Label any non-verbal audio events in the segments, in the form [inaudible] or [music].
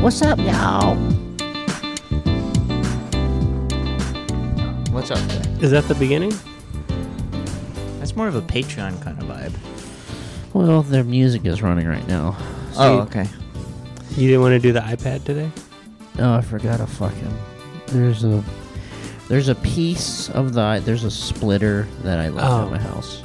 What's up, y'all? What's up? Is that the beginning? That's more of a Patreon kind of vibe. Well, their music is running right now. oh, okay. You didn't want to do the iPad today? Oh, I forgot a fucking. There's a there's a piece of the there's a splitter that I left Oh. at my house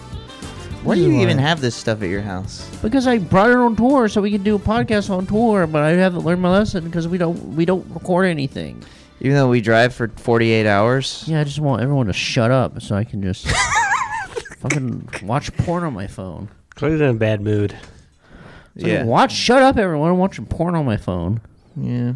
Why do You you even are- have this stuff at your house? because I brought it on tour so we could do a podcast on tour, but I haven't learned my lesson because we don't we don't record anything. Even though we drive for 48 hours? Yeah, I just want everyone to shut up so I can just fucking watch porn on my phone. Chloe's in a bad mood. So I can watch. Shut up, everyone! I'm watching porn on my phone. Yeah.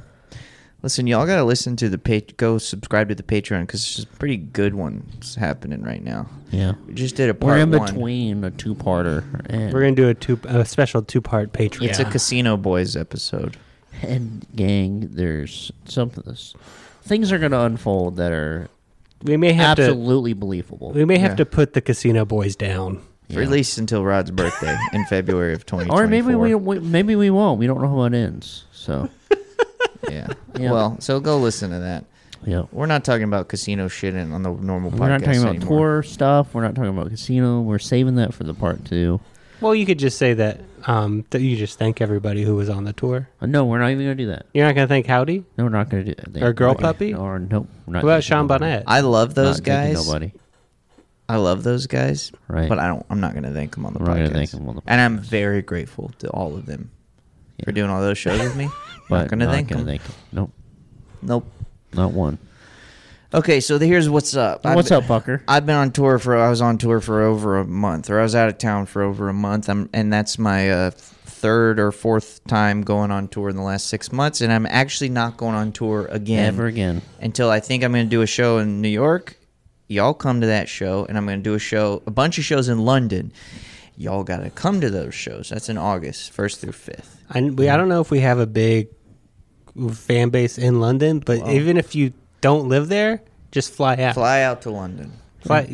Listen, y'all gotta listen to the pa- go subscribe to the Patreon because there's some pretty good ones happening right now. Yeah. We just did a part We're in one. between a two-parter, and We're gonna do a two a special two part Patreon. It's a Casino Boys episode. and gang, there's something. this- Things are going to unfold that are we may have absolutely to believable. we may have Yeah. to put the Casino Boys down. Or at least until Rod's [laughs] birthday in February of 2024. Or maybe we, we maybe we won't. We don't know how it ends. So Yeah. [laughs] Yeah. Well, so go listen to that. yeah, We're not talking about casino shit in, on the normal podcast we're not talking about anymore. tour stuff. We're not talking about casino. We're saving that for the part two. Well, you could just say that um, that you just thank everybody who was on the tour. Uh, No, we're not even going to do that. You're not gonna thank Howdy. No, we're not going to do that. They- Or Girl okay. Puppy? Or nope. We're not What about taking Sean nobody. Bonnet? I love those Not taking guys. Nobody. I love those guys. Right. But I don't. I'm not going to thank them on the We're not podcast. gonna thank 'em on the And I'm very grateful to all of them for doing all those shows [laughs] with me. But not going to thank gonna them. thank 'em. Nope. Nope. Not one. Okay, so the- here's what's up. I've What's been- up, fucker? I've been on tour for. I was on tour for over a month, or I was out of town for over a month. I'm, and that's my uh, third or fourth time going on tour in the last six months. And I'm actually not going on tour again Never again. until I think I'm going to do a show in New York. Y'all come to that show, and I'm going to do a show, a bunch of shows in London. Y'all got to come to those shows. That's in August, first through fifth. I, we, I don't know if we have a big fan base in London, but even if you don't live there, just fly out. Fly. Fly out to London.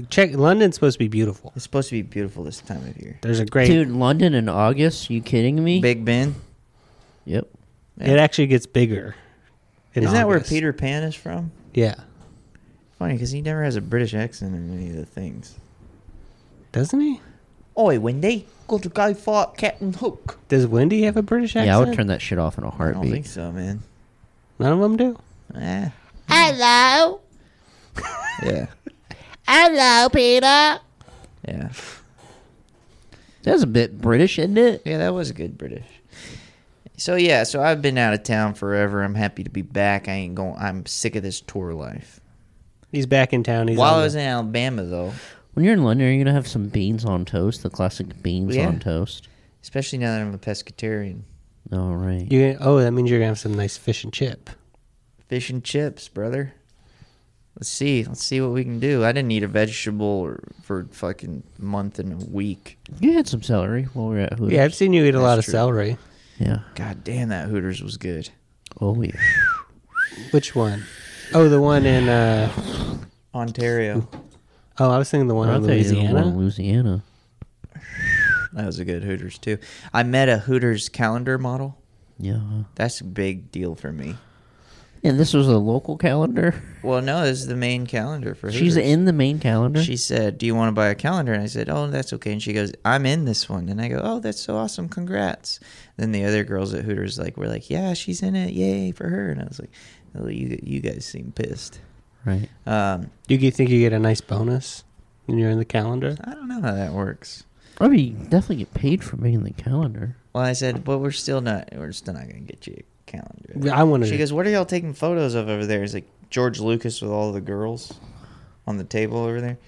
Check London's supposed to be beautiful. It's supposed to be beautiful this time of year. There's a great. Dude, London in August? You kidding me? Big Ben. Yep. It actually gets bigger. in Isn't that where August. Peter Pan is from? Yeah, Funny, because he never has a British accent in any of the things. doesn't he? Oi, Wendy, got to go fight Captain Hook. Does Wendy have a British accent? Yeah, I would turn that shit off in a I don't think heartbeat. so, man. None of them do. Eh. Hello. Yeah. Hello, Peter. Yeah. That's a bit British, isn't it? Yeah, that was good British. So yeah, so I've been out of town forever. I'm happy to be back. I ain't going. I'm sick of this tour life. He's back in town. He's While on I was the- in Alabama, though, When you're in London, are you gonna have some beans on toast? The classic beans Yeah. on toast. especially now that I'm a pescatarian, All right. you oh, that means you're gonna have some nice fish and chip. fish and chips, brother. Let's see. Let's see what we can do. I didn't eat a vegetable or- for fucking month and a week. You had some celery while we were at Hooters. Yeah, I've seen you eat a lot of true. celery. Yeah. God damn, that Hooters was good. Oh yeah. Which one? Oh, the one in. uh Ontario. Oh, I was thinking the one I in thought you were going to Louisiana. Louisiana. [laughs] That was a good Hooters too. I met a Hooters calendar model. Yeah. That's a big deal for me. And this was a local calendar. Well, no, this is the main calendar for Hooters. She's in the main calendar. She said, "Do you want to buy a calendar?" And I said, "Oh, that's okay." And she goes, "I'm in this one." And I go, "Oh, that's so awesome! Congrats!" Then the other girls at Hooters like were like, "Yeah, she's in it! Yay for her!" And I was like, oh, "You you guys seem pissed." right. Um, Do you think you get a nice bonus when you're in the calendar? I don't know how that works. I mean, you definitely get paid for being in the calendar. [laughs] Well, I said, "But we're still not. We're still not going to get you a calendar." I want She to. goes, "What are y'all taking photos of over there?" It's like George Lucas with all the girls on the table over there.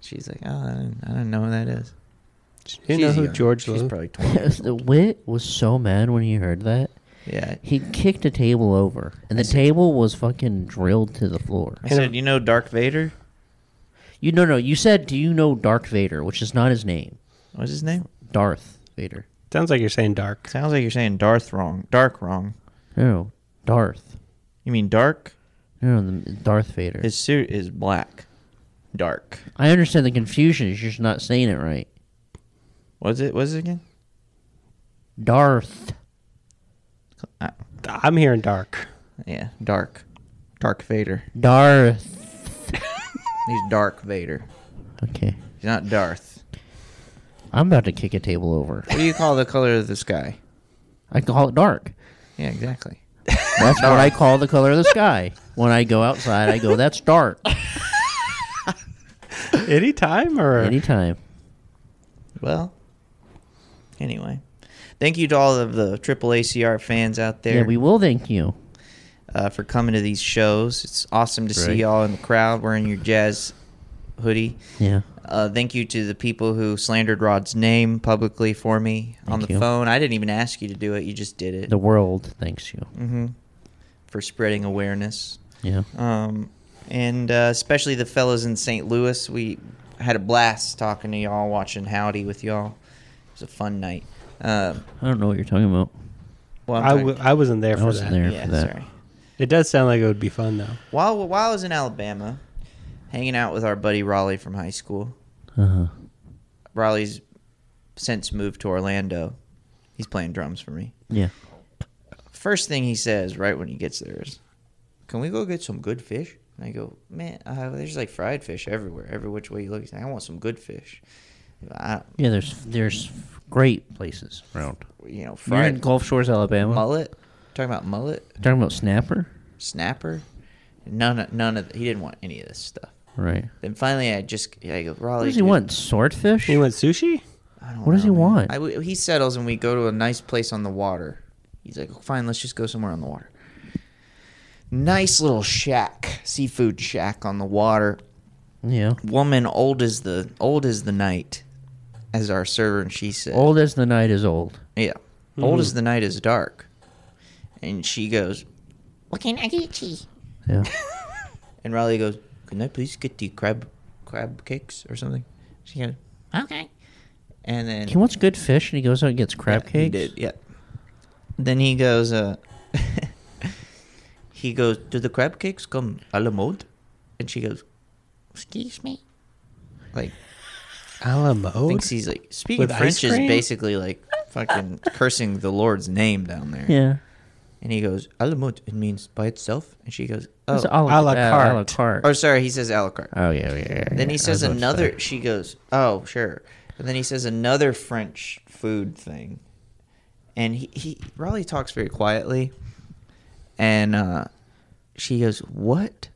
She's like, "Oh, I don't, I don't know who that is." She didn't know She's who young. George was. She's [laughs] probably 20. Wit was so mad when he heard that. Yeah. He kicked a table over, and the table was fucking drilled to the floor. I said, you know Dark Vader? You no no. You said, "Do you know Darth Vader?" Which is not his name. What's his name? Darth Vader. Sounds like you're saying dark. Sounds like you're saying Darth wrong. Dark wrong. No, Darth. You mean dark? No, the- Darth Vader. His suit is black. Dark. I understand the confusion. You're just not saying it right. Was it? Was it again? Darth. Uh, I'm hearing dark. [laughs] yeah, dark. Dark Vader. Darth. He's Dark Vader. Okay. He's not Darth. I'm about to kick a table over. What do you call the color of the sky? I call it dark. Yeah, exactly. That's what I call the color of the sky. When I go outside, I go, that's dark. [laughs] Anytime or Anytime. Well, anyway. Thank you to all of the Triple ACR fans out there Yeah, we will thank you. uh, for coming to these shows. It's awesome to see Right. y'all in the crowd wearing your jazz hoodie. Yeah. Uh, thank you to the people who slandered Rod's name publicly for me on Thank the you. phone. I didn't even ask you to do it; you just did it Mm-hmm. The world thanks you. for spreading awareness. Yeah. Um, and uh, especially the fellas in St. Louis, we had a blast talking to y'all, watching Howdy with y'all. It was a fun night. Uh, I don't know what you're talking about. well, I'm I, talking- w- I wasn't there for wasn't that. there. yeah, for that. sorry. It does sound like it would be fun though. While while I was in Alabama, hanging out with our buddy Raleigh from high school. Uh-huh. Raleigh's since moved to Orlando. He's playing drums for me. Yeah. First thing he says right when he gets there is, "Can we go get some good fish?" And I go, "Man, uh, there's like fried fish everywhere, every which way you look." He's like, "I want some good fish." I, Yeah, there's there's great places around. you know, You're in fried Gulf Shores, Alabama. mullet. Talking about mullet, Talking about snapper? snapper. None, of, none of he didn't want any of this stuff. Right. Then finally, I just I go, Raleigh. What does he dude, want? Swordfish? You went sushi? I don't What does know, he man. want? I w he settles, and we go to a nice place on the water. He's like, fine, let's just go somewhere on the water. Nice little shack, seafood shack on the water. Yeah. Woman, old as the old as the night, as our server, and she said, Old Mm-hmm. as the night is old. yeah, old as the night is dark. And she goes, What can I get you? Yeah. and Riley goes, can I please get the crab crab cakes or something? She goes, Okay. and then he wants good fish and he goes out and gets crab He cakes. did, yeah. Then he goes, uh, [laughs] he goes, do the crab cakes come a la mode? And she goes, Excuse me. like, Alamo? thinks he's like, speaking With ice French is cream? basically like [laughs] fucking cursing the Lord's name down there. Yeah. And he goes, a la mode, it means by itself. And she goes, oh. It's a la, la carte. A la carte. carte. or sorry, he says a la carte. oh, yeah, yeah, yeah. Then yeah. he says I was about to another. She goes, "Oh, sure." And then he says another French food thing, and he he Raleigh talks very quietly, and uh, she goes, "What?"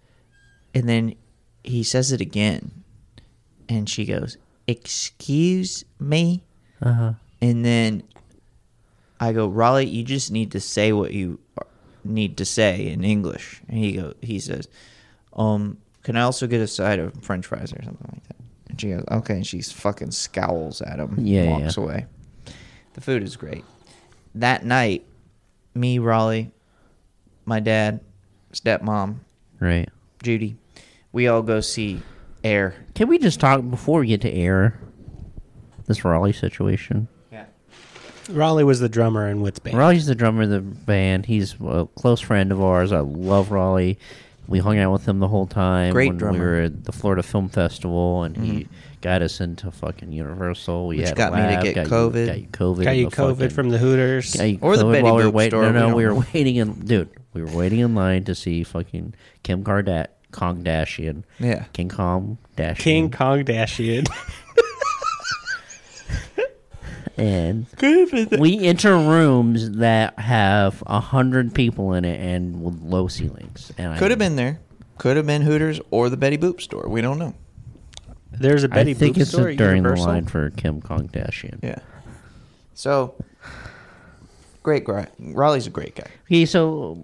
And then he says it again, and she goes, "Excuse me." say. Uh-huh. And then I go, Raleigh, you just need to say what you need to say in English. And he go, he says, um, can I also get a side of French fries or something like that? And she goes, okay. And she fucking scowls at him. and Yeah, yeah, Walks yeah. away. The food is great. That night, me, Raleigh, my dad, stepmom, Right. Judy, we all go see Air. Can we just talk before we get to air this Raleigh situation? Yeah. Raleigh was the drummer in Wits Band. Raleigh's the drummer of the band. He's a close friend of ours. I love Raleigh. We hung out with him the whole time. Great when We drummer. Mm-hmm. were at the Florida Film Festival, and he got us into fucking Universal. We Which had a got me to lab, get got you- COVID. got you COVID. Got in you the COVID fucking- from the Hooters. got you Or the COVID Betty while we were Boop wait- store, No, we no, don't we were know. waiting in. Dude, we were waiting in line to see fucking Kim Kardashian, Kong Dashian. Yeah. King Kong Dashian. King Kong Dashian. [laughs] and we enter rooms that have a hundred people in it and with low ceilings. And I- Could have been there. Could have been Hooters or the Betty Boop store. We don't know. There's a Betty I think Boop it's store a at during the Universal. line for Kim Kardashian. Yeah. So, great guy. Raleigh's a great guy. Okay, so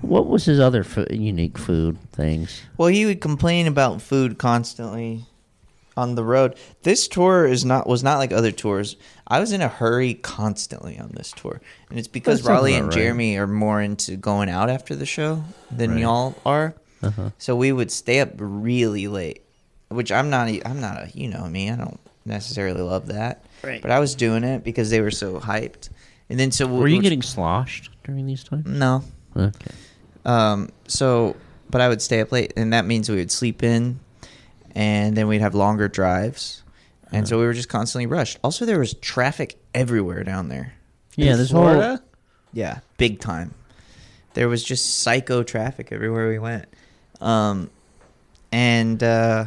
what was his other fo- unique food things? Well, he would complain about food constantly. on the road. This tour is not was not like other tours. I was in a hurry constantly on this tour, and it's because That sounds Raleigh about right. and Jeremy are more into going out after the show than Right. Uh-huh. y'all are. So we would stay up really late, which I'm not. e- I'm not a you know me. I don't necessarily love that. Right. But I was doing it because they were so hyped, and then so Were you getting sloshed during these times? no? Mm-hmm. Okay. Um, so, but I would stay up late, and that means we would sleep in, and then we'd have longer drives, and so we were just constantly rushed. Also, there was traffic everywhere down there. Yeah, this whole Florida? Yeah, big time. There was just psycho traffic everywhere we went, um, and uh,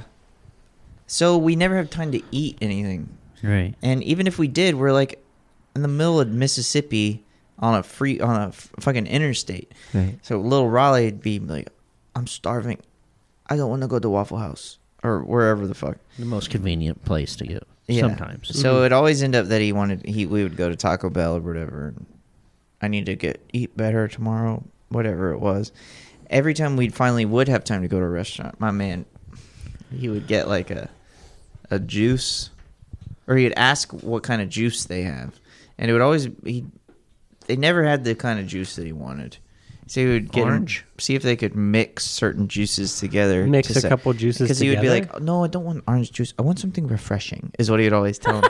so we never have time to eat anything. right. And even if we did, we're like in the middle of Mississippi on a free on a f- fucking interstate. Right. So little Raleigh'd be like, "I'm starving. I don't want to go to Waffle House or wherever the fuck." The most convenient place to go. Sometimes. So it always end up that he wanted he we would go to Taco Bell or whatever. And I need to get eat better tomorrow, whatever it was. Every time we finally would have time to go to a restaurant, my man, he would get like a a juice, or he'd ask what kind of juice they have, and it would always he they never had the kind of juice that he wanted. So he would get 'em- Orange? see if they could mix certain juices together. Mix to a couple juices because he would be together? like, "Oh, "No, I don't want orange juice. I want something refreshing." Is what he would [laughs] always tell him.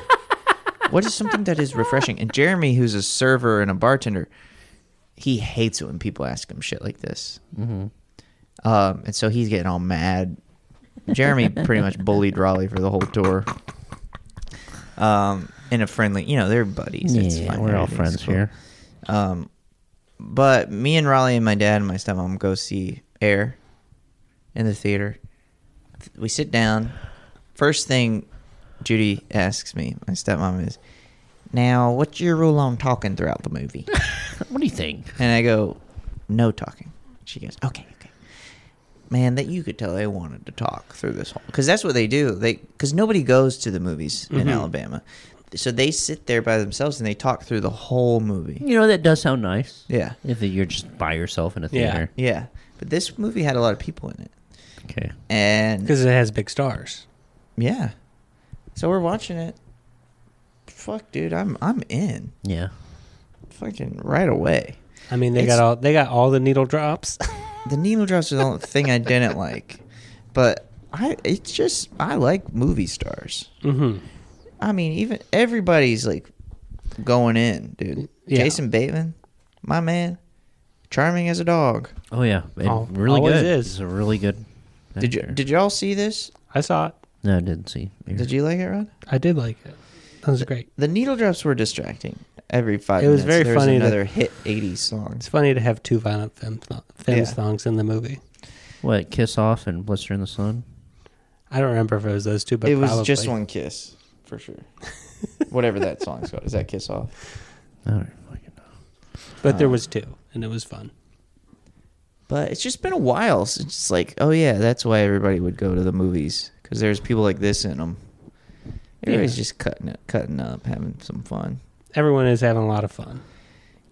what is something that is refreshing? And Jeremy, who's a server and a bartender, he hates it when people ask him shit like this. Mm-hmm. Um, and so he's getting all mad. [laughs] Jeremy pretty much bullied Raleigh for the whole tour. Um, in a friendly, you know, they're buddies. It's yeah, fine. we're all Everything's friends cool. here. Um, but me and Raleigh and my dad and my stepmom go see Air in the theater. We sit down. First thing Judy asks me, my stepmom is, "Now, what's your rule on talking throughout the movie?" What do you think? and I go, "No talking." She goes, "Okay, okay." Man, that you could tell they wanted to talk through this whole because that's what they do. They because nobody goes to the movies in Alabama, so they sit there by themselves and they talk through the whole movie. You know that does sound nice. Yeah. If you're just by yourself in a Yeah. theater. Yeah, but this movie had a lot of people in it, Okay. and Because it has big stars. yeah, so we're watching it. Fuck, dude, I'm I'm in Yeah. fucking right away. I mean, they It's- got all they got all the needle drops. [laughs] The needle drops was the only thing I didn't like, but I it's just I like movie stars. mm-hmm. I mean, even everybody's like going in, dude. Yeah. Jason Bateman, my man, charming as a dog. Oh yeah. And Al- really always good. is. It's a really good. Did you actor. did y'all see this? I saw it. No, I didn't see. Did you like it, Rod? I did like it. That was great. The needle drops were distracting. Every five, It was minutes, very there funny Was that- another hit '80s song. It's funny to have two violent femme, th- femme Yeah. songs in the movie. What? Kiss off and blister in the sun. I don't remember if it was those two, but it was probably. [laughs] just one kiss for sure. Whatever that song's called, is that "Kiss Off"? I don't fucking know. But there was two, and it was fun. But it's just been a while since it's like, oh yeah, that's why everybody would go to the movies because there's people like this in them. Everybody's Yeah. just cutting it, cutting up, having some fun. Everyone is having a lot of fun.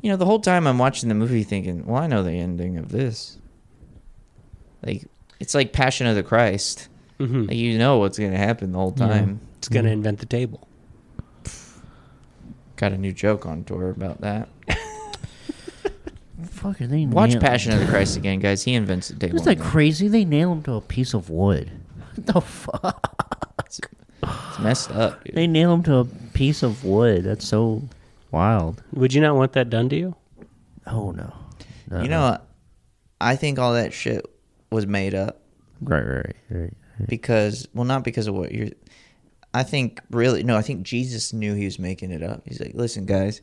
You know, the whole time I'm watching the movie, thinking, well, I know the ending of this. Like, it's like Passion of the Christ. hmm Like, you know what's gonna happen the whole Yeah. time. It's going to invent the table. Got a new joke on tour about that. Fuck are they? Watch nail- Passion of the Christ again, guys. He invents the table. Isn't that in there. crazy? They nail him to a piece of wood. [laughs] What the fuck? It's messed up, dude. They nail him to a piece of wood. That's so wild. Would you not want that done to you? Oh no. You know, I think all that shit was made up Right, right, right. because, well, not because of what you're. I think really, no, I think Jesus knew he was making it up. He's like, listen, guys,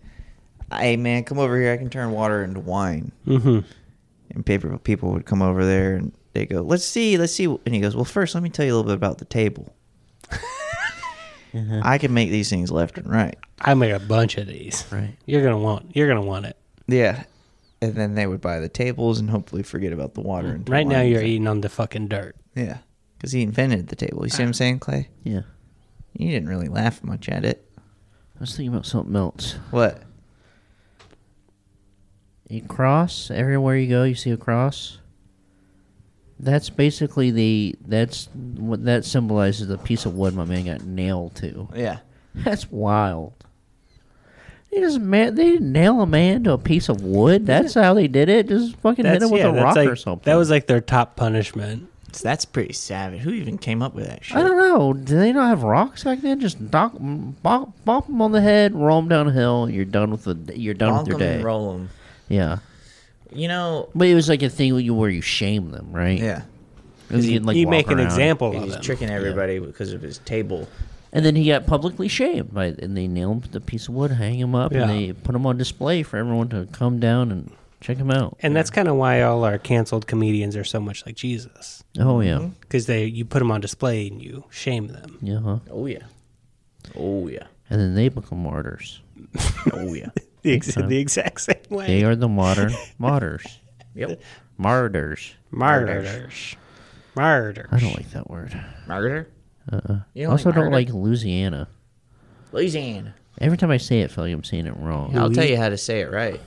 hey, man, come over here. I can turn water into wine. Mm-hmm. And paper people would come over there and they go, let's see, let's see. And he goes, well, first, let me tell you a little bit about the [laughs] table. Uh-huh. I can make these things left and right. I made a bunch of these. Right. You're gonna want. You're gonna want it. Yeah. And then they would buy the tables and hopefully forget about the water. Into Right now, wine you're thing. eating on the fucking dirt. Yeah. Because he invented the table. You see Ah. what I'm saying, Clay? Yeah. You didn't really laugh much at it. I was thinking about something else. What? A cross. Everywhere you go, you see a cross. That's basically the that's what that symbolizes the piece of wood my man got nailed to. [laughs] Yeah. That's wild. They just man, they didn't nail a man to a piece of wood. That's how they did it. Just fucking hit him with a that's rock like, or something. That was like their top punishment. So that's pretty savage. Who even came up with that shit? I don't know. Do they not have rocks back then? Just knock, bop, bop them on the head, roll them down a hill, and you're done with the you're done Bonk with your 'em day. and roll 'em. Yeah, You know, but it was like a thing where you, where you shame them, right? yeah. and You, you'd, like, you walk make an around. example of He's them. tricking everybody because of his table. And then he got publicly shamed by, and they nail him to the piece of wood, hang him up, Yeah. and they put him on display for everyone to come down and check him out. And that's kind of why all our canceled comedians are so much like Jesus, Oh yeah, because they you put them on display and you shame them. yeah. Huh? Oh yeah. Oh yeah. And then they become martyrs. Oh yeah. The, ex- the exact same way. They are the [laughs] modern martyrs. Yep. Martyrs. Martyrs. Martyrs. I don't like that word. Murder. Uh-uh. Uh. I You also don't murder? like Louisiana. Louisiana. Every time I say it, I feel like I'm saying it wrong. I'll tell you how to say it right.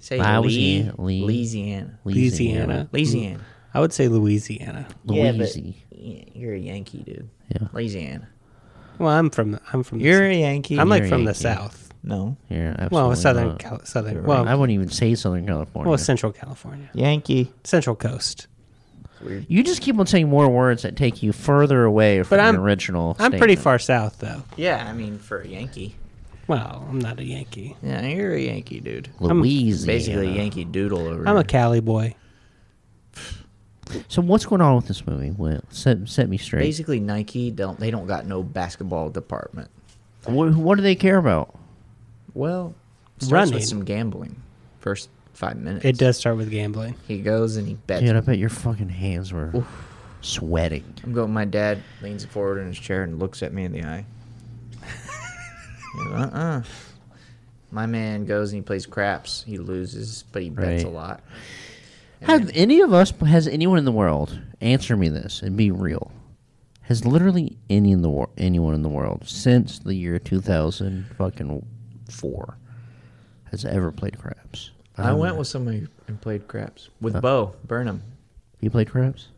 Say I was Lee, in Lee- Louisiana. Louisiana. Louisiana. I would say Louisiana. Louisiana. Yeah, but you're a Yankee, dude. Yeah. Louisiana. Well, I'm from I'm from. the You're s- a Yankee. I'm like a from the Yankee. south. no Yeah, absolutely. Well, southern not. Cal- southern. Well, I Well, wouldn't even say Southern California. well, Central California, Yankee. Central Coast. you just keep on saying more words that take you further away from But the I'm- original. I'm pretty statement. far south though. Yeah, I mean for a Yankee. Well, I'm not a Yankee. Yeah, you're a Yankee, dude. Louisiana. Basically, a Yankee Doodle over. I'm a here. Cali boy. So what's going on with this movie? Well, set, set me straight. Basically, Nike don't they don't got no basketball department. What, what do they care about? Well, starts Running. with some gambling. First five minutes. It does start with gambling. He goes and he bets. Dude, I bet your fucking hands were sweating. I'm going. My dad leans forward in his chair and looks at me in the eye. uh uh My man goes and he plays craps. He loses, but he bets a Right. lot. Have any of us, has anyone in the world, answer me this and be real, has literally any in the wor- anyone in the world since the year 2000 fucking four has ever played Um, craps? I went with somebody and played craps with Uh, Bo Burnham. You played craps?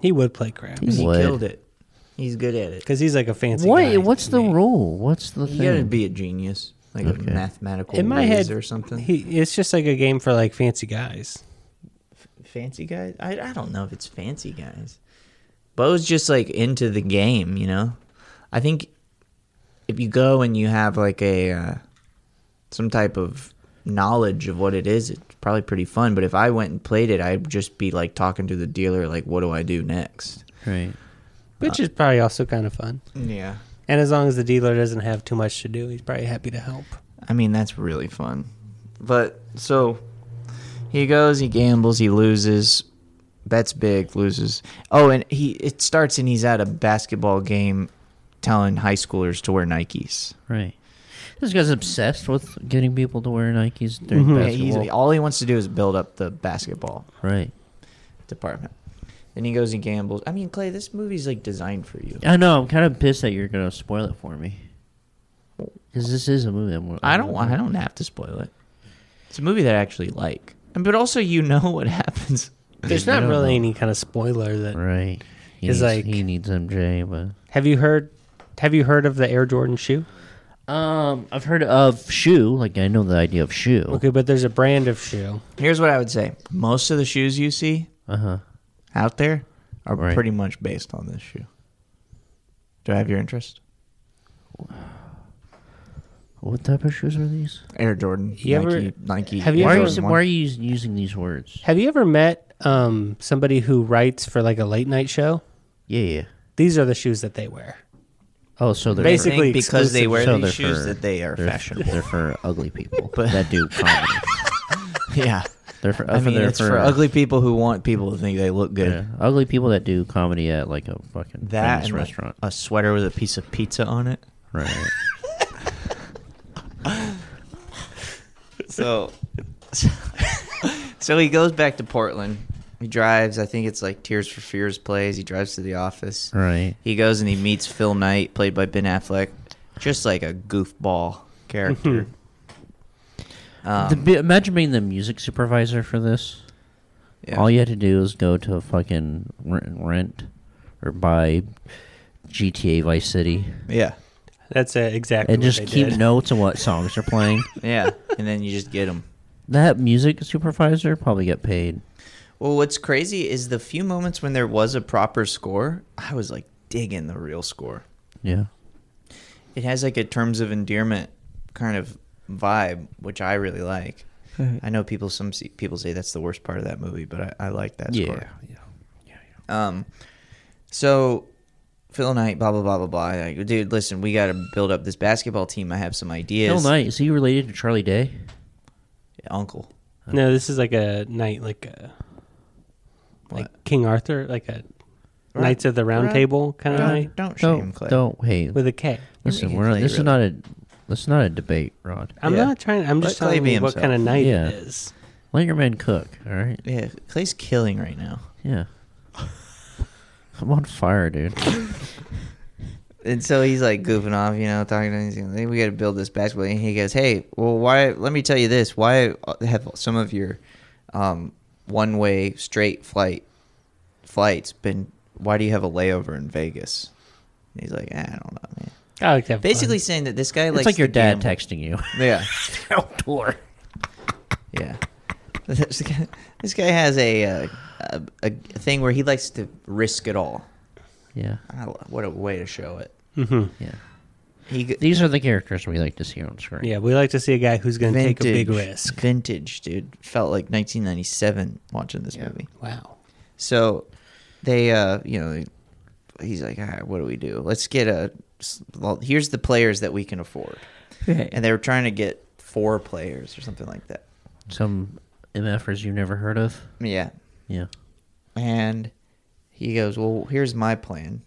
He would play craps He He would. killed it. He's good at it. because he's like a fancy. guy What? What's to the me. rule? What's the You gotta thing? be a genius, like a mathematical In my whiz head or something. He, it's just like a game for like fancy guys. fancy guys? I, I don't know if it's fancy guys. Bo's just like into the game, you know. I think if you go and you have like a uh, some type of knowledge of what it is, it's probably pretty fun. But if I went and played it, I'd just be like talking to the dealer, like, "What do I do next?" right. Uh, Which is probably also kind of fun. Yeah, And as long as the dealer doesn't have too much to do, he's probably happy to help. I mean that's really fun. But so he goes, he gambles, he loses, bets big, loses. Oh, and he it starts and he's at a basketball game telling high schoolers to wear Nikes. Right. This guy's obsessed with getting people to wear Nikes during Mm-hmm. Yeah, he's, basketball. all he wants to do is build up the basketball right. department. Then he goes and gambles. I mean, Clay, this movie's like designed for you. I know. I'm kind of pissed that you're gonna spoil it for me. Because this is a movie. I'm, I don't want I don't have to spoil it. It's a movie that I actually like. And but also you know [laughs] what happens. There's not don't really any kind of spoiler that. Right. He It's needs, like- he needs MJ, but Have you heard? Have you heard of the Air Jordan shoe? Um, I've heard of shoe. Like I know the idea of shoe. Okay, but there's a brand of shoe. Here's what I would say. Most of the shoes you see Uh huh. out there are Right. pretty much based on this shoe. Do I have your interest? What type of shoes are these? Air Jordan, You Nike, ever- Nike. have you Air Why are Jordan you, one. why are you us- using these words? Have you ever met um, somebody who writes for like a late night show? Yeah, yeah. These are the shoes that they wear. Oh, so they're I Basic- basically think because they exclusive? wear So these they're shoes for- that they are they're, fashionable? They're for ugly people that do comedy. [laughs] yeah, They're for, I mean they're it's for, ugly people who want people to think they look good. yeah, ugly people that do comedy at like a fucking That famous and like, restaurant. a sweater with a piece of pizza on it. [laughs] right. So, [laughs] so he goes back to Portland. He drives. I think it's like Tears for Fears plays. He drives to the office. Right. He goes and he meets Phil Knight, played by Ben Affleck, just like a goofball character. Um, The bi- imagine being the music supervisor for this. oh, Yeah. All you had to do is go to fucking rent, rent or buy GTA Vice City Yeah. That's uh, exactly. and what just they keep did. notes of what songs are playing. Yeah. and then you just get them. That music supervisor probably got paid. Well, what's crazy is the few moments when there was a proper score, I was like digging the real score. Yeah. It has like a terms of endearment kind of vibe, which I really like. I know people. Some se- people say that's the worst part of that movie, but I, I like that score. yeah. Um, so Phil Knight, blah blah blah blah blah. Like, dude, listen, we got to build up this basketball team. I have some ideas. Bill Knight, is he related to Charlie Day? uncle. No, this is like a knight, like a like King Arthur, like a Right. Knights of the Round Right. Table kind of knight Don't, don't shame don't, Clay. don't hey with a K. listen, making we're not, Clay this is really- not a this is not a debate, Rod. I'm Yeah. not trying. I'm Let just Clay telling be you what himself. kind of knight Yeah. it is. Let your men cook, all right? Yeah, Clay's killing right now. Yeah. I'm on fire, dude. And so he's like goofing off, you know, talking to him. He's like, we got to build this basketball. And he goes, hey, well, why? Let me tell you this. Why have some of your um, one way straight flight flights been? Why do you have a layover in Vegas? And he's like, "Ah, I don't know, man. I like that. Basically saying that this guy It's likes like your to dad gamble. texting you. [laughs] [laughs] Yeah, Outdoor. yeah. This guy, this guy has a, uh, a a thing where he likes to risk it all. Yeah. I love- What a way to show it. Mm-hmm. Yeah. He g- These are the characters we like to see on screen. yeah, we like to see a guy who's going to take a big Vintage. risk. Vintage, dude. Felt like 1997 watching this movie. Wow. So they, uh, you know, he's like, All right, what do we do? Let's get a. Well, here's the players that we can afford. And they were trying to get four players or something like that. Some MFers you've never heard of. Yeah. Yeah. And he goes, Well, here's my plan.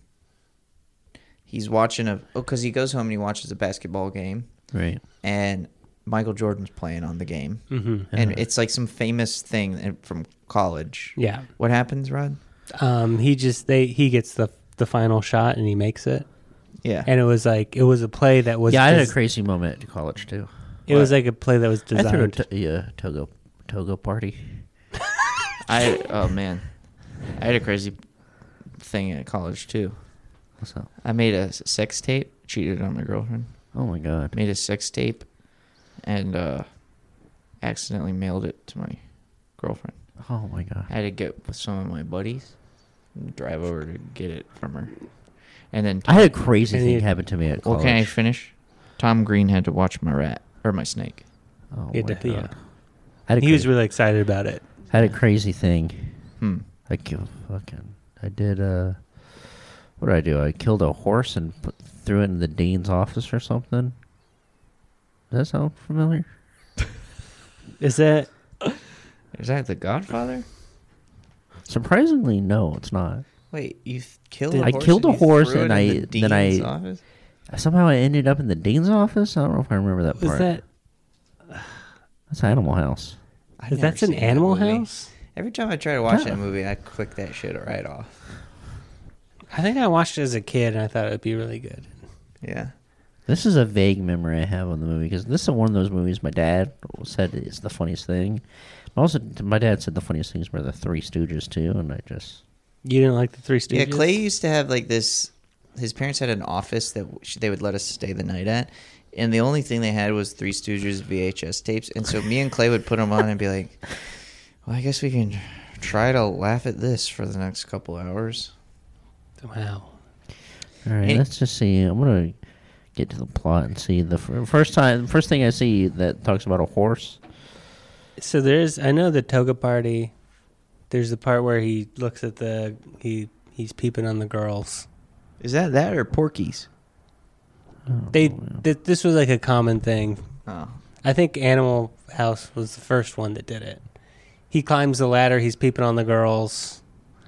He's watching a. Oh, because he goes home and he watches a basketball game. Right. and Michael Jordan's playing on the game, Mm-hmm. and it's like some famous thing in- from college. Uh-huh. Yeah. What happens, Rod? Um, he just they he gets the the final shot and he makes it. Yeah, And it was like it was a play that was Yeah, I had a des- crazy moment at college too. it was like a play that was I threw a designed. to- yeah, Togo Togo party. I oh man, I had a crazy thing at college too. What's up? I made a s- sex tape, cheated on my girlfriend, Oh my god. made a sex tape, and uh, accidentally mailed it to my girlfriend. Oh my god. I had to get with some of my buddies, and drive over to get it from her, and then I had a crazy And thing you- happen to me at Well, college. can I finish? Tom Green had to watch my rat or my snake. Oh It- my god. yeah. I had a he was crazy- really excited about it. had a crazy thing. Hmm. I killed fucking. I did. Uh, what did I do? I killed a horse and put, threw it in the dean's office or something. Does that sound familiar? Is that Is that The Godfather? Surprisingly, no, it's not. Wait, you th- killed? I killed a horse and I- then I- Somehow I ended up in the dean's office. I don't know if I remember that was part. that That's Animal House. I is that's an Animal House? Every time I try to watch Yeah. that movie, I click that shit right off. I think I watched it as a kid and I thought it would be really good. Yeah. This is a vague memory I have on the movie because this is one of those movies my dad said is the funniest thing. But also, my dad said the funniest things were the Three Stooges too, and I just You didn't like the Three Stooges? Yeah, Clay used to have like this. His parents had an office that w- they would let us stay the night at, and the only thing they had was Three Stooges VHS tapes. And so me and Clay would put them on and be like, "Well, I guess we can try to laugh at this for the next couple hours." Wow. all right. Any- let's just see. I'm gonna get to the plot and see the fir- first time. First thing I see that talks about a horse. So there's I know the toga party. There's the part where he looks at the he he's peeping on the girls. Is that that or Porky's? They th- this was like a common thing. Oh, I think Animal House was the first one that did it. He climbs the ladder, he's peeping on the girls,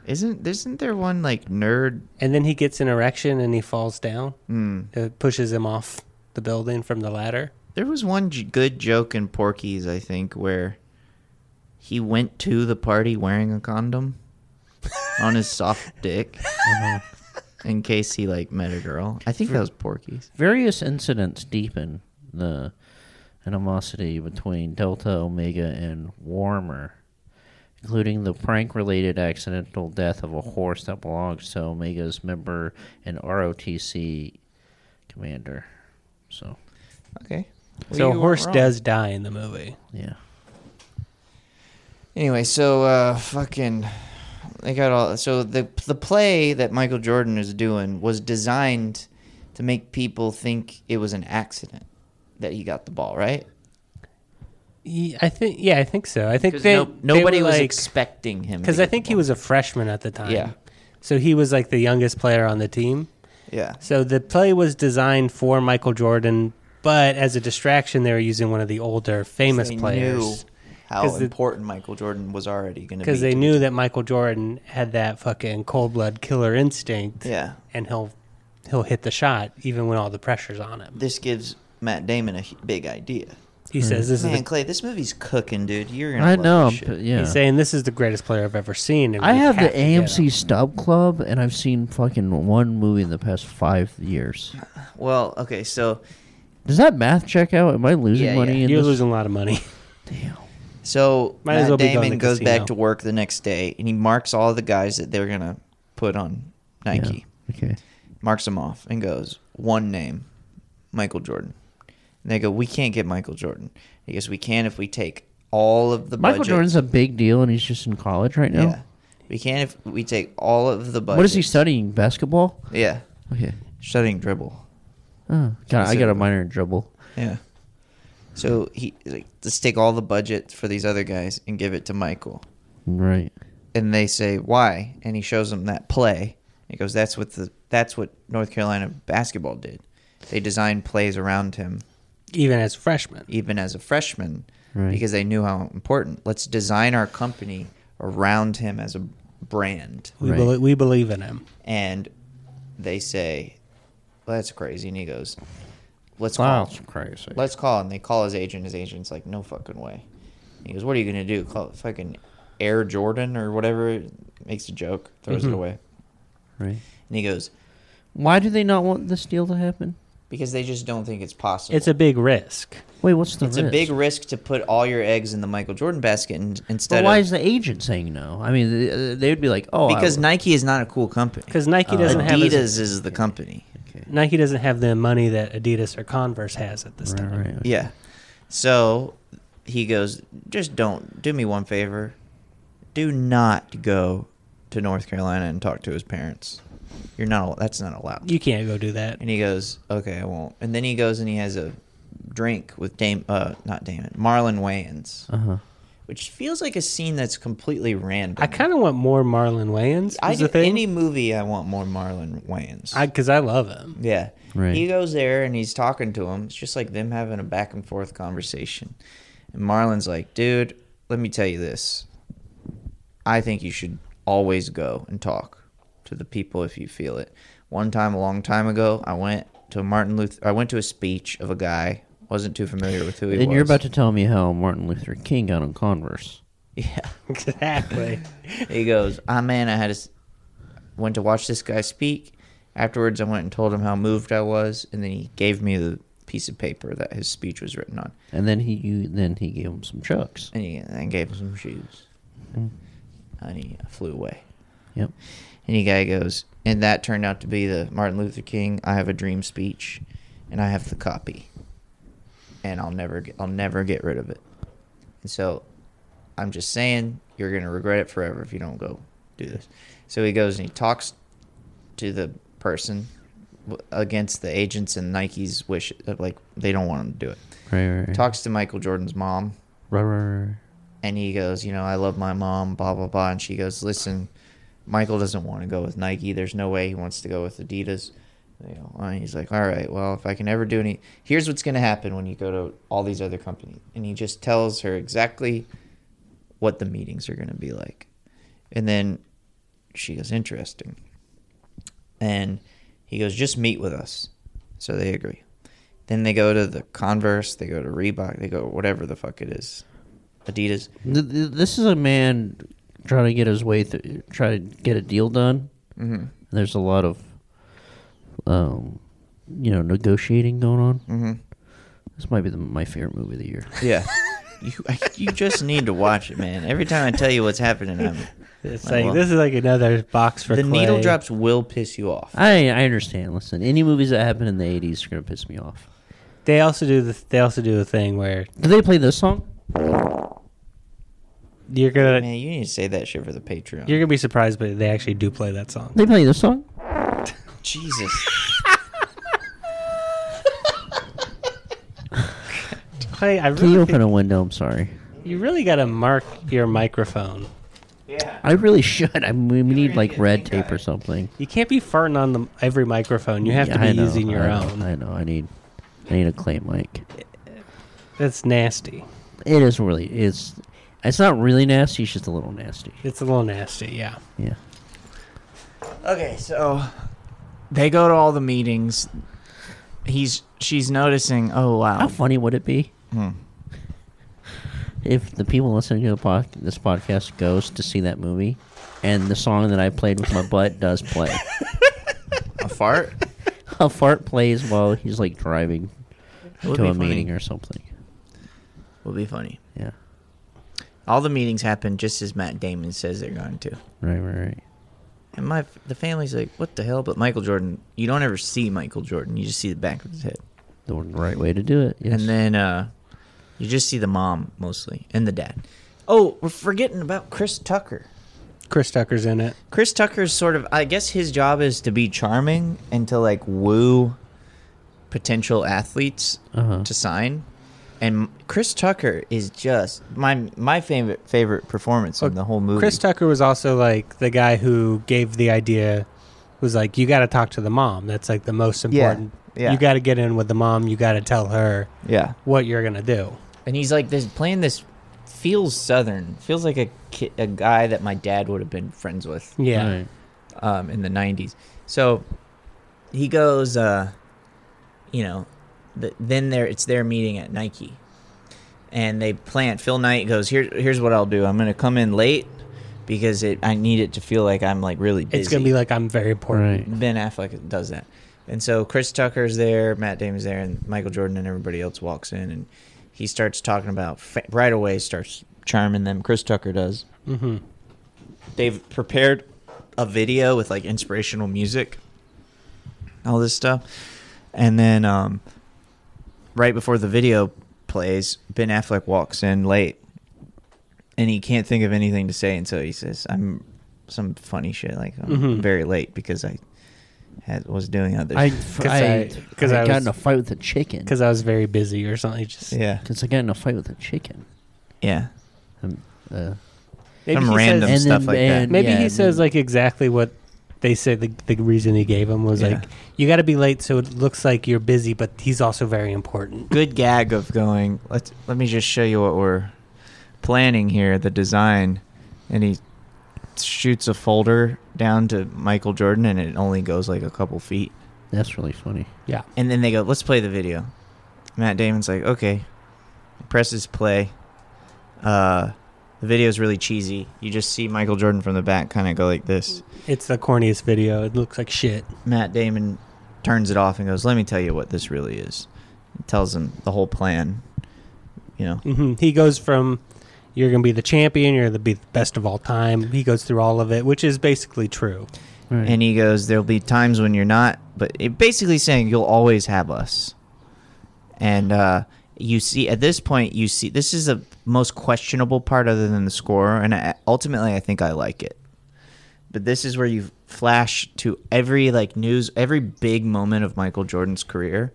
isn't isn't there one like nerd? and then he gets an erection and he falls down. Mm. It pushes him off the building from the ladder. There was one j- good joke in Porky's, I think, where he went to the party wearing [laughs] a condom on his soft dick Uh-huh. in case he like met a girl. I think that was Porky's. Various incidents deepen the animosity between Delta Omega and Warmer, including the prank related accidental death of a horse that belongs to Omega's member and ROTC commander. So, Okay. Well, you so weren't horse wrong. does die in the movie. yeah. Anyway, so uh, fucking, they got all. So the the play that Michael Jordan is doing was designed to make people think it was an accident that he got the ball, right? Ye- I think. Yeah, I think so. I think Because they, no, nobody was like, expecting him. to because I get the think he ball. was a freshman at the time. Yeah. So he was like the youngest player on the team. Yeah. So the play was designed for Michael Jordan, but as a distraction, they were using one of the older famous They knew players how 'Cause the- important Michael Jordan was already going to be. because they to the knew team. that Michael Jordan had that fucking cold blood killer instinct. Yeah. and he'll he'll hit the shot even when all the pressure's on him. This gives Matt Damon a hu- big idea. He says this Man, is the, Clay, this movie's cooking, dude. You're gonna. I love know, This shit. but yeah. he's saying this is the greatest player I've ever seen. and I we have the to get him." AMC Stub Club, and I've seen fucking one movie in the past five years. Well, okay, so Does that math check out? Am I losing Yeah, money? yeah. In You're this? losing a lot of money. [laughs] So Might as Matt well be going Damon to goes back casino. to work the next day, and he marks all the guys that they're gonna put on Yeah. Nike. Okay. Marks them off and goes one name, Michael Jordan. And they go, we can't get Michael Jordan. He goes, we can if we take all of the Michael budget. Jordan's a big deal, and he's just in college right now. yeah, we can if we take all of the budget. What is he studying? Basketball? Yeah, Okay. studying dribble. Oh, God, I got a Specifically. minor in dribble. Yeah. So he like, let's take all the budget for these other guys and give it to Michael. Right. and they say why and he shows them that play he goes that's what the that's what north carolina basketball did they designed plays around him even as freshmen. even as a freshman Right. because they knew how important let's design our company around him as a brand We, Right. bel we believe in him. and they say well, that's crazy and he goes let's call crazy. Oh. let's call and they call his agent his agent's like no fucking way And he goes what are you gonna do call it fucking air jordan or whatever makes a joke throws Mm-hmm. it away Right. And he goes, Why do they not want this deal to happen? because they just don't think it's possible. It's a big risk. Wait, what's the it's risk? a big risk to put all your eggs in the Michael Jordan basket and, But instead why of is the agent saying no? I mean, th- they would be like, oh, I because would- Nike is not a cool company. Because Uh, Nike doesn't have Adidas as, is the company. Nike doesn't have the money that Adidas or Converse has at this time. Right, right. Yeah. So he goes, just don't do me one favor. Do not go to North Carolina and talk to his parents. You're not. al- That's not allowed. You can't go do that. And he goes, "Okay, I won't." And then he goes and he has a drink with Dame, uh, not Damon, Marlon Wayans, Uh-huh. which feels like a scene that's completely random. I kind of want more Marlon Wayans. I Is the do, thing. any movie I want more Marlon Wayans. I because I love him. [laughs] yeah, Right. he goes there and he's talking to him. It's just like them having a back and forth conversation. And Marlon's like, "Dude, let me tell you this. I think you should always go and talk to the people if you feel it. One time, a long time ago, I went to a Martin Luther. I went to a speech of a guy. wasn't too familiar with who he was. And you're about to tell me how Martin Luther King got on Converse. [laughs] yeah. Exactly. he goes, "Ah, man, I had a s- went to watch this guy speak. Afterwards, I went and told him how moved I was, and then he gave me the piece of paper that his speech was written on, And then he you, then he gave him some chucks. and he and I gave him some shoes, and he flew away." Yep. And the guy goes, and that turned out to be the Martin Luther King "I Have a Dream" speech, and I have the copy, and I'll never, get, I'll never get rid of it. And so, I'm just saying, you're gonna regret it forever if you don't go do this. So he goes and he talks to the person w- against the agents and Nike's wish, uh, like they don't want him to do it. Right, right, right. Talks to Michael Jordan's mom, Right, right, right. and he goes, you know, I love my mom, blah blah blah, and she goes, listen, Michael doesn't want to go with Nike. There's no way he wants to go with Adidas. You know, and he's like, all right, well, if I can ever do any, here's what's going to happen when you go to all these other companies, and he just tells her exactly what the meetings are going to be like, and then she goes, interesting, and he goes, just meet with us, so they agree. Then they go to the Converse, they go to Reebok, they go whatever the fuck it is, Adidas. Th- th- This is a man trying to get his way through, try to get a deal done. Mm-hmm. There's a lot of, um, you know, negotiating going on. Mm-hmm. This might be the, my favorite movie of the year. Yeah. [laughs] You, I, you just need to watch it, man. Every time I tell you what's happening, [laughs] I'm, It's Like, like well, this is like another box for the needle Clay. drops will piss you off. I I understand. Listen, any movies that happen in the '80s are gonna piss me off. They also do the they also do a thing where Do they play this song? you're gonna Man, you need to say that shit for the Patreon. you're gonna be surprised, but they actually do play that song. They play this song. Jesus. Clay, I Can really you you, open a window? I'm sorry. you really gotta mark your microphone. I really [laughs] should. I mean, we need like red tape or something. You can't be farting on the every microphone. You have Yeah, to be I know, using your I know, own. I know. I need. I need a clay mic. That's nasty. It is really. It's. It's not really nasty. It's just a little nasty. It's a little nasty. Yeah. Yeah. Okay, so they go to all the meetings. He's she's noticing. Oh How wow, funny would it be Hmm. if the people listening to the pod, this podcast goes to see that movie, and the song that I played with my butt does play. [laughs] a fart. a fart plays while he's like driving Would to be a funny. meeting or something. Will be funny. Yeah. All the meetings happen just as Matt Damon says they're going to. Right. Right. Right. And my the family's like, what the hell? But Michael Jordan, you don't ever see Michael Jordan. You just see the back of his head, The right way to do it. Yes. and then uh, you just see the mom mostly and the dad. Oh, we're forgetting about Chris Tucker. Chris Tucker's in it. Chris Tucker's sort of I guess his job is to be charming and to like woo potential athletes Uh-huh. to sign. And Chris Tucker is just my my favorite favorite performance in the whole movie. Oh, Chris Tucker was also like the guy who gave the idea. Was like you got to talk to the mom. That's like the most important. yeah. You got to get in with the mom. You got to tell her yeah. what you're gonna do. And he's like this playing this feels southern. Feels like a ki- a guy that my dad would have been friends with. Yeah. Right. um, in the 90s. So he goes, uh, you know, th- then there it's their meeting at Nike, and they plan. Phil Knight goes, here, here's what I'll do. I'm gonna come in late because it I need it to feel like I'm like really busy. It's gonna be like I'm very important. Right. Ben Affleck does that. And so Chris Tucker's there, Matt Damon's there, and Michael Jordan and everybody else walks in, and he starts talking about fa- right away. Starts charming them. Chris Tucker does. Mm-hmm. They've prepared a video with like inspirational music, all this stuff, and then um, right before the video plays, Ben Affleck walks in late, and he can't think of anything to say, and so he says, "I'm some funny shit like I'm very late because I had was doing other [laughs] I I- I, 'cause I, I got was- in a fight with a chicken. Because I was very busy or something. [laughs] Just yeah Because I got in a fight with a chicken. yeah Um, uh, maybe some he random says- And stuff then- like and- that. Maybe Yeah, he and says then- like exactly what they said. The, the reason he gave him was Yeah. like you got to be late, so it looks like you're busy, but he's also very important. Good gag of going. Let's let me just show you what we're planning here. The design, and he shoots a folder down to Michael Jordan, and it only goes like a couple feet. that's really funny. Yeah, And then they go, let's play the video. Matt Damon's like, okay. Presses play. Uh, the video's really cheesy. You just see Michael Jordan from the back kind of go like this. it's the corniest video. It looks like shit. Matt Damon turns it off and goes, let me tell you what this really is. And tells him the whole plan. You know, hmm He goes from you're gonna be the champion, you're gonna be the best of all time. He goes through all of it, which is basically true. Right. and he goes, "There'll be times when you're not," but it basically saying you'll always have us. And uh, you see, at this point, you see this is the most questionable part, other than the score, and I, ultimately, I think I like it. But this is where you flash to every like news, every big moment of Michael Jordan's career.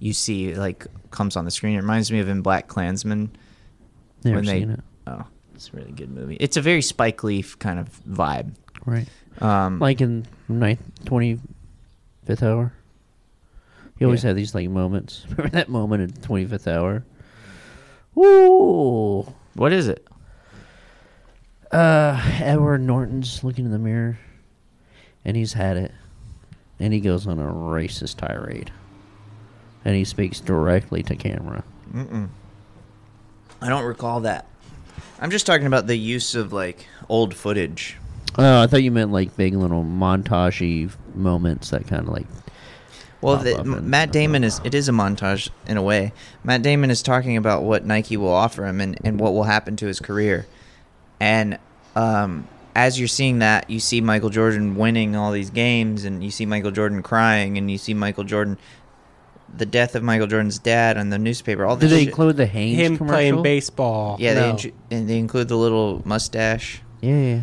You see, like comes on the screen. It reminds me of in Black Klansman Never when they. seen it. Oh, it's a really good movie. It's a very Spike Lee kind of vibe. Right. Um, Like in ninth, 25th hour. You always Yeah. have these like moments. [laughs] Remember that moment in 25th hour? Ooh. what is it? Uh, Edward Norton's looking in the mirror, and he's had it, and he goes on a racist tirade, and he speaks directly to camera. I don't recall that. I'm just talking about the use of like old footage. Oh, I thought you meant like big little montagey moments that kind of like Well, pop the, up M- and- Matt Damon is it is a montage in a way. Matt Damon is talking about what Nike will offer him and, and what will happen to his career. And um, as you're seeing that, you see Michael Jordan winning all these games, and you see Michael Jordan crying, and you see Michael Jordan, the death of Michael Jordan's dad on the newspaper. All Did this they shit. include the Hanes Him commercial? playing baseball. Yeah, they No. intru- and they include the little mustache. Yeah, yeah.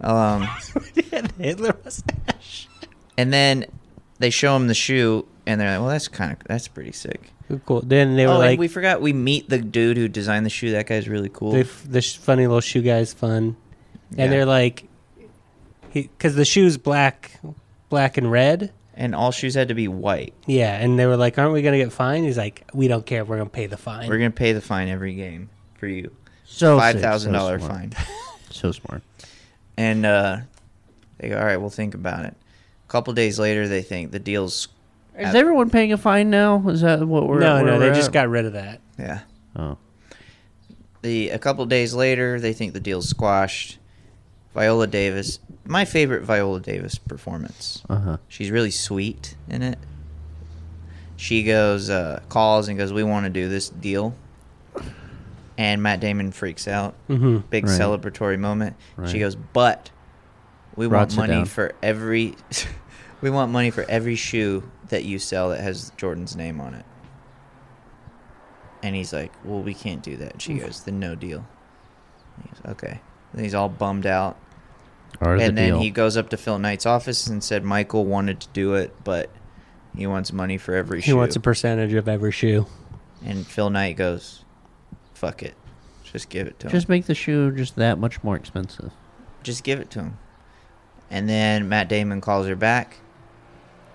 Um, [laughs] Yeah, the Hitler mustache. and then they show him the shoe, and they're like, "Well, that's kind of that's pretty sick." Cool. Then they were Oh, and like, we forgot we meet the dude who designed the shoe. That guy's really cool. the, f- the sh- funny little shoe guy's fun, and Yeah. they're like, because the shoe's black, black and red. and all shoes had to be white. Yeah, and they were like, "Aren't we gonna get fined?" He's like, "We don't care. We're gonna pay the fine." We're gonna pay the fine every game for you. So sick, Five so thousand dollar smart. fine. So smart. And uh, they go, all right, we'll think about it. A couple days later, they think the deal's Is everyone paying a fine now? Is that what we're? no, where no, they we're just at? got rid of that. yeah. Oh, The a couple days later, they think the deal's squashed. Viola Davis, my favorite Viola Davis performance. uh huh. She's really sweet in it. She goes, uh, calls and goes, "We want to do this deal." And Matt Damon freaks out. Mm-hmm. Big Right. celebratory moment. She Right. goes, "But we Rots it want money down. for every, [laughs] we want money for every shoe that you sell that has Jordan's name on it." And he's like, "Well, we can't do that." She goes, "The no deal." And he goes, okay. And he's all bummed out Part of and the then deal. he goes up to Phil Knight's office and said Michael wanted to do it, but he wants money for every He shoe. wants a percentage of every shoe. and Phil Knight goes, "Fuck it, just give it to just him. make the shoe just that much more expensive. Just give it to him." And then Matt Damon calls her back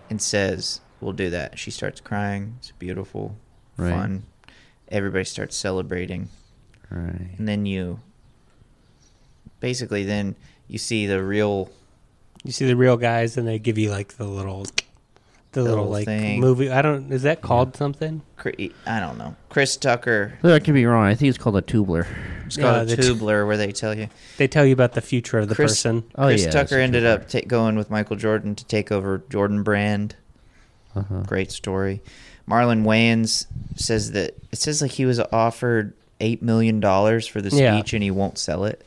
and says, "We'll do that." She starts crying. It's beautiful, Right. fun. Everybody starts celebrating, Right. and then you basically then you see the real You see the real guys, and they give you like the little, the, little little like thing. movie. I don't. Is that called something? cre- I don't know Chris Tucker. Though I could be wrong. I think it's called a tubler. It's called Yeah, a the t- tubler where they tell you They tell you about the future of the Chris- person. Oh Chris yeah. it's Tucker a ended tubler. up ta- going with Michael Jordan to take over Jordan Brand. Uh-huh. Great story. Marlon Wayans says that it says like he was offered eight million dollars for the speech Yeah. and he won't sell it.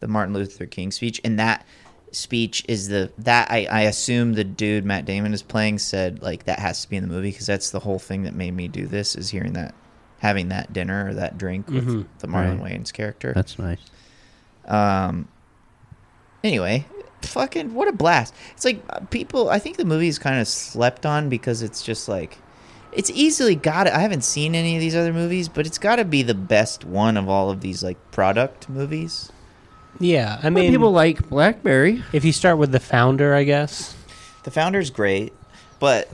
The Martin Luther King speech and that speech is the that I, I assume the dude Matt Damon is playing said like that has to be in the movie because that's the whole thing that made me do this is hearing that having that dinner or that drink Mhm. with the Marlon Mm-hmm. Right. Wayans character. That's nice. Um. Anyway, fucking what a blast! It's like uh, people. I think the movie is kind of slept on because it's just like, it's easily got. to I haven't seen any of these other movies, but it's got to be the best one of all of these like product movies. Yeah, I I mean, mean, people like BlackBerry. if you start with the founder, I guess. The Founder's great, but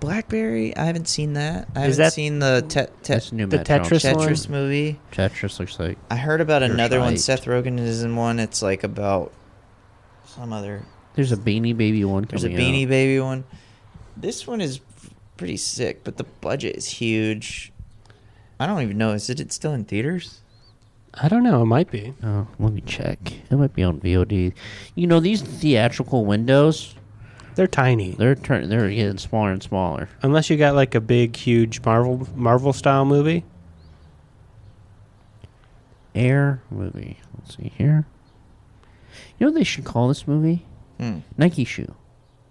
BlackBerry. I haven't seen that. I haven't Is that- seen the te- That's te- new. the Matt Jones. Tetris one? Tetris movie. Tetris looks like I heard about You're another one. right. Seth Rogen is in one. It's like about some other there's a Beanie Baby one There's coming a Beanie out. Baby one. This one is pretty sick, but the budget is huge. I don't even know. Is it it's still in theaters? I don't know. It might be. Oh, let me check. It might be on VOD. You know these theatrical windows, They're tiny. they're turn they're getting smaller and smaller. Unless you got like a big, huge Marvel Marvel style movie. Air movie. Let's see here. You know what they should call this movie? Hmm. Nike shoe.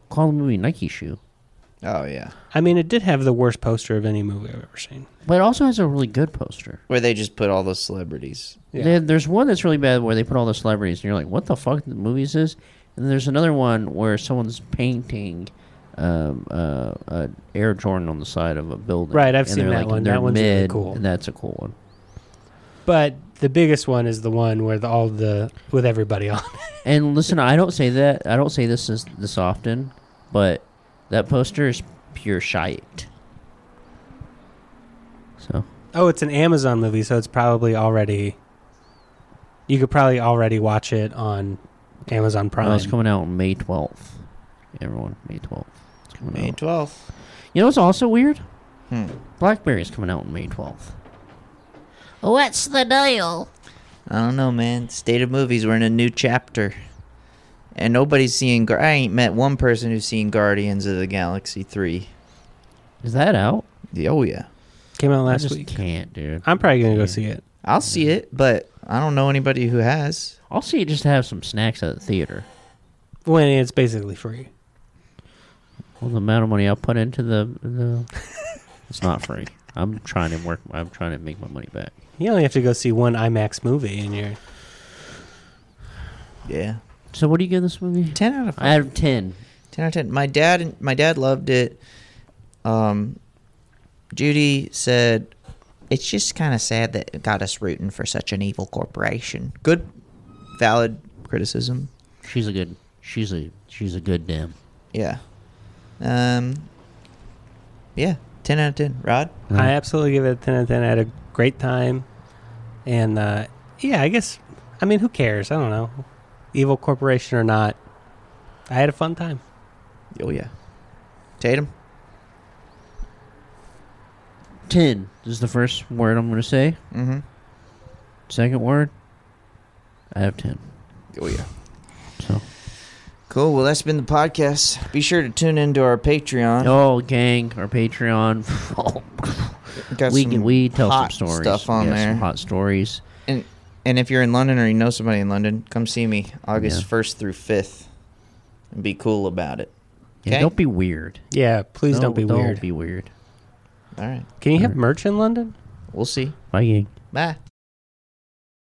Call the movie Nike shoe. Oh yeah, I mean, it did have the worst poster of any movie I've ever seen. But it also has a really good poster. where they just put all those celebrities. Yeah. There- there's one that's really bad where they put all the celebrities, and you're like, "What the fuck? The movie is this?" And then there's another one where someone's painting um, uh, uh, Air Jordan on the side of a building. Right, I've And seen they're that like- one. they're That one's really cool. And that's a cool one. But the biggest one is the one where the, all the with everybody on. And listen, I don't say that. I don't say this is this often, but that poster is pure shite. So oh, it's an Amazon movie, so it's probably already. You could probably already watch it on Amazon Prime. oh, it's coming out on May 12th. Everyone, May 12th. It's coming May out. twelfth. You know what's also weird? Hmm. Blackberry is coming out on May 12th. What's the deal? I don't know, man. State of movies. We're in a new chapter, and nobody's seen. Gar- I ain't met one person who's seen Guardians of the Galaxy three. Is that out? Yeah, Oh yeah, Came out I last just week. can't, dude. I'm probably gonna go see it. I'll see it, but I don't know anybody who has. I'll see you just to have some snacks at the theater. When it's basically free. Well, the amount of money I'll put into the, [laughs] the it's not free. I'm trying to work. I'm trying to make my money back. You only have to go see one IMAX movie, and you're Yeah, So, what do you give this movie? ten out of I have ten. 10 out of 10 my dad my dad loved it um judy said it's just kind of sad that it got us rooting for such an evil corporation good valid criticism She's a good. She's a she's a good damn. yeah um yeah 10 out of 10 rod I absolutely give it a 10 out of 10. I had a great time. And uh, yeah, I guess, I mean, who cares? I don't know. Evil corporation or not, I had a fun time. oh yeah tatum Ten is the first word I'm going to say. mm-hmm Second word, I have ten. oh yeah So, cool well that's been the podcast be sure to tune into our patreon oh gang, our Patreon. [laughs] Got we some can we tell hot some stories. stuff on Yeah, there Some hot stories. And and if you're in London or you know somebody in London, come see me August Yeah. first through fifth, and be cool about it. Yeah, Okay. don't be weird. Yeah, please don't, be weird. Don't be weird. All right, Can you have merch in London? we'll see. Bye gang. Bye.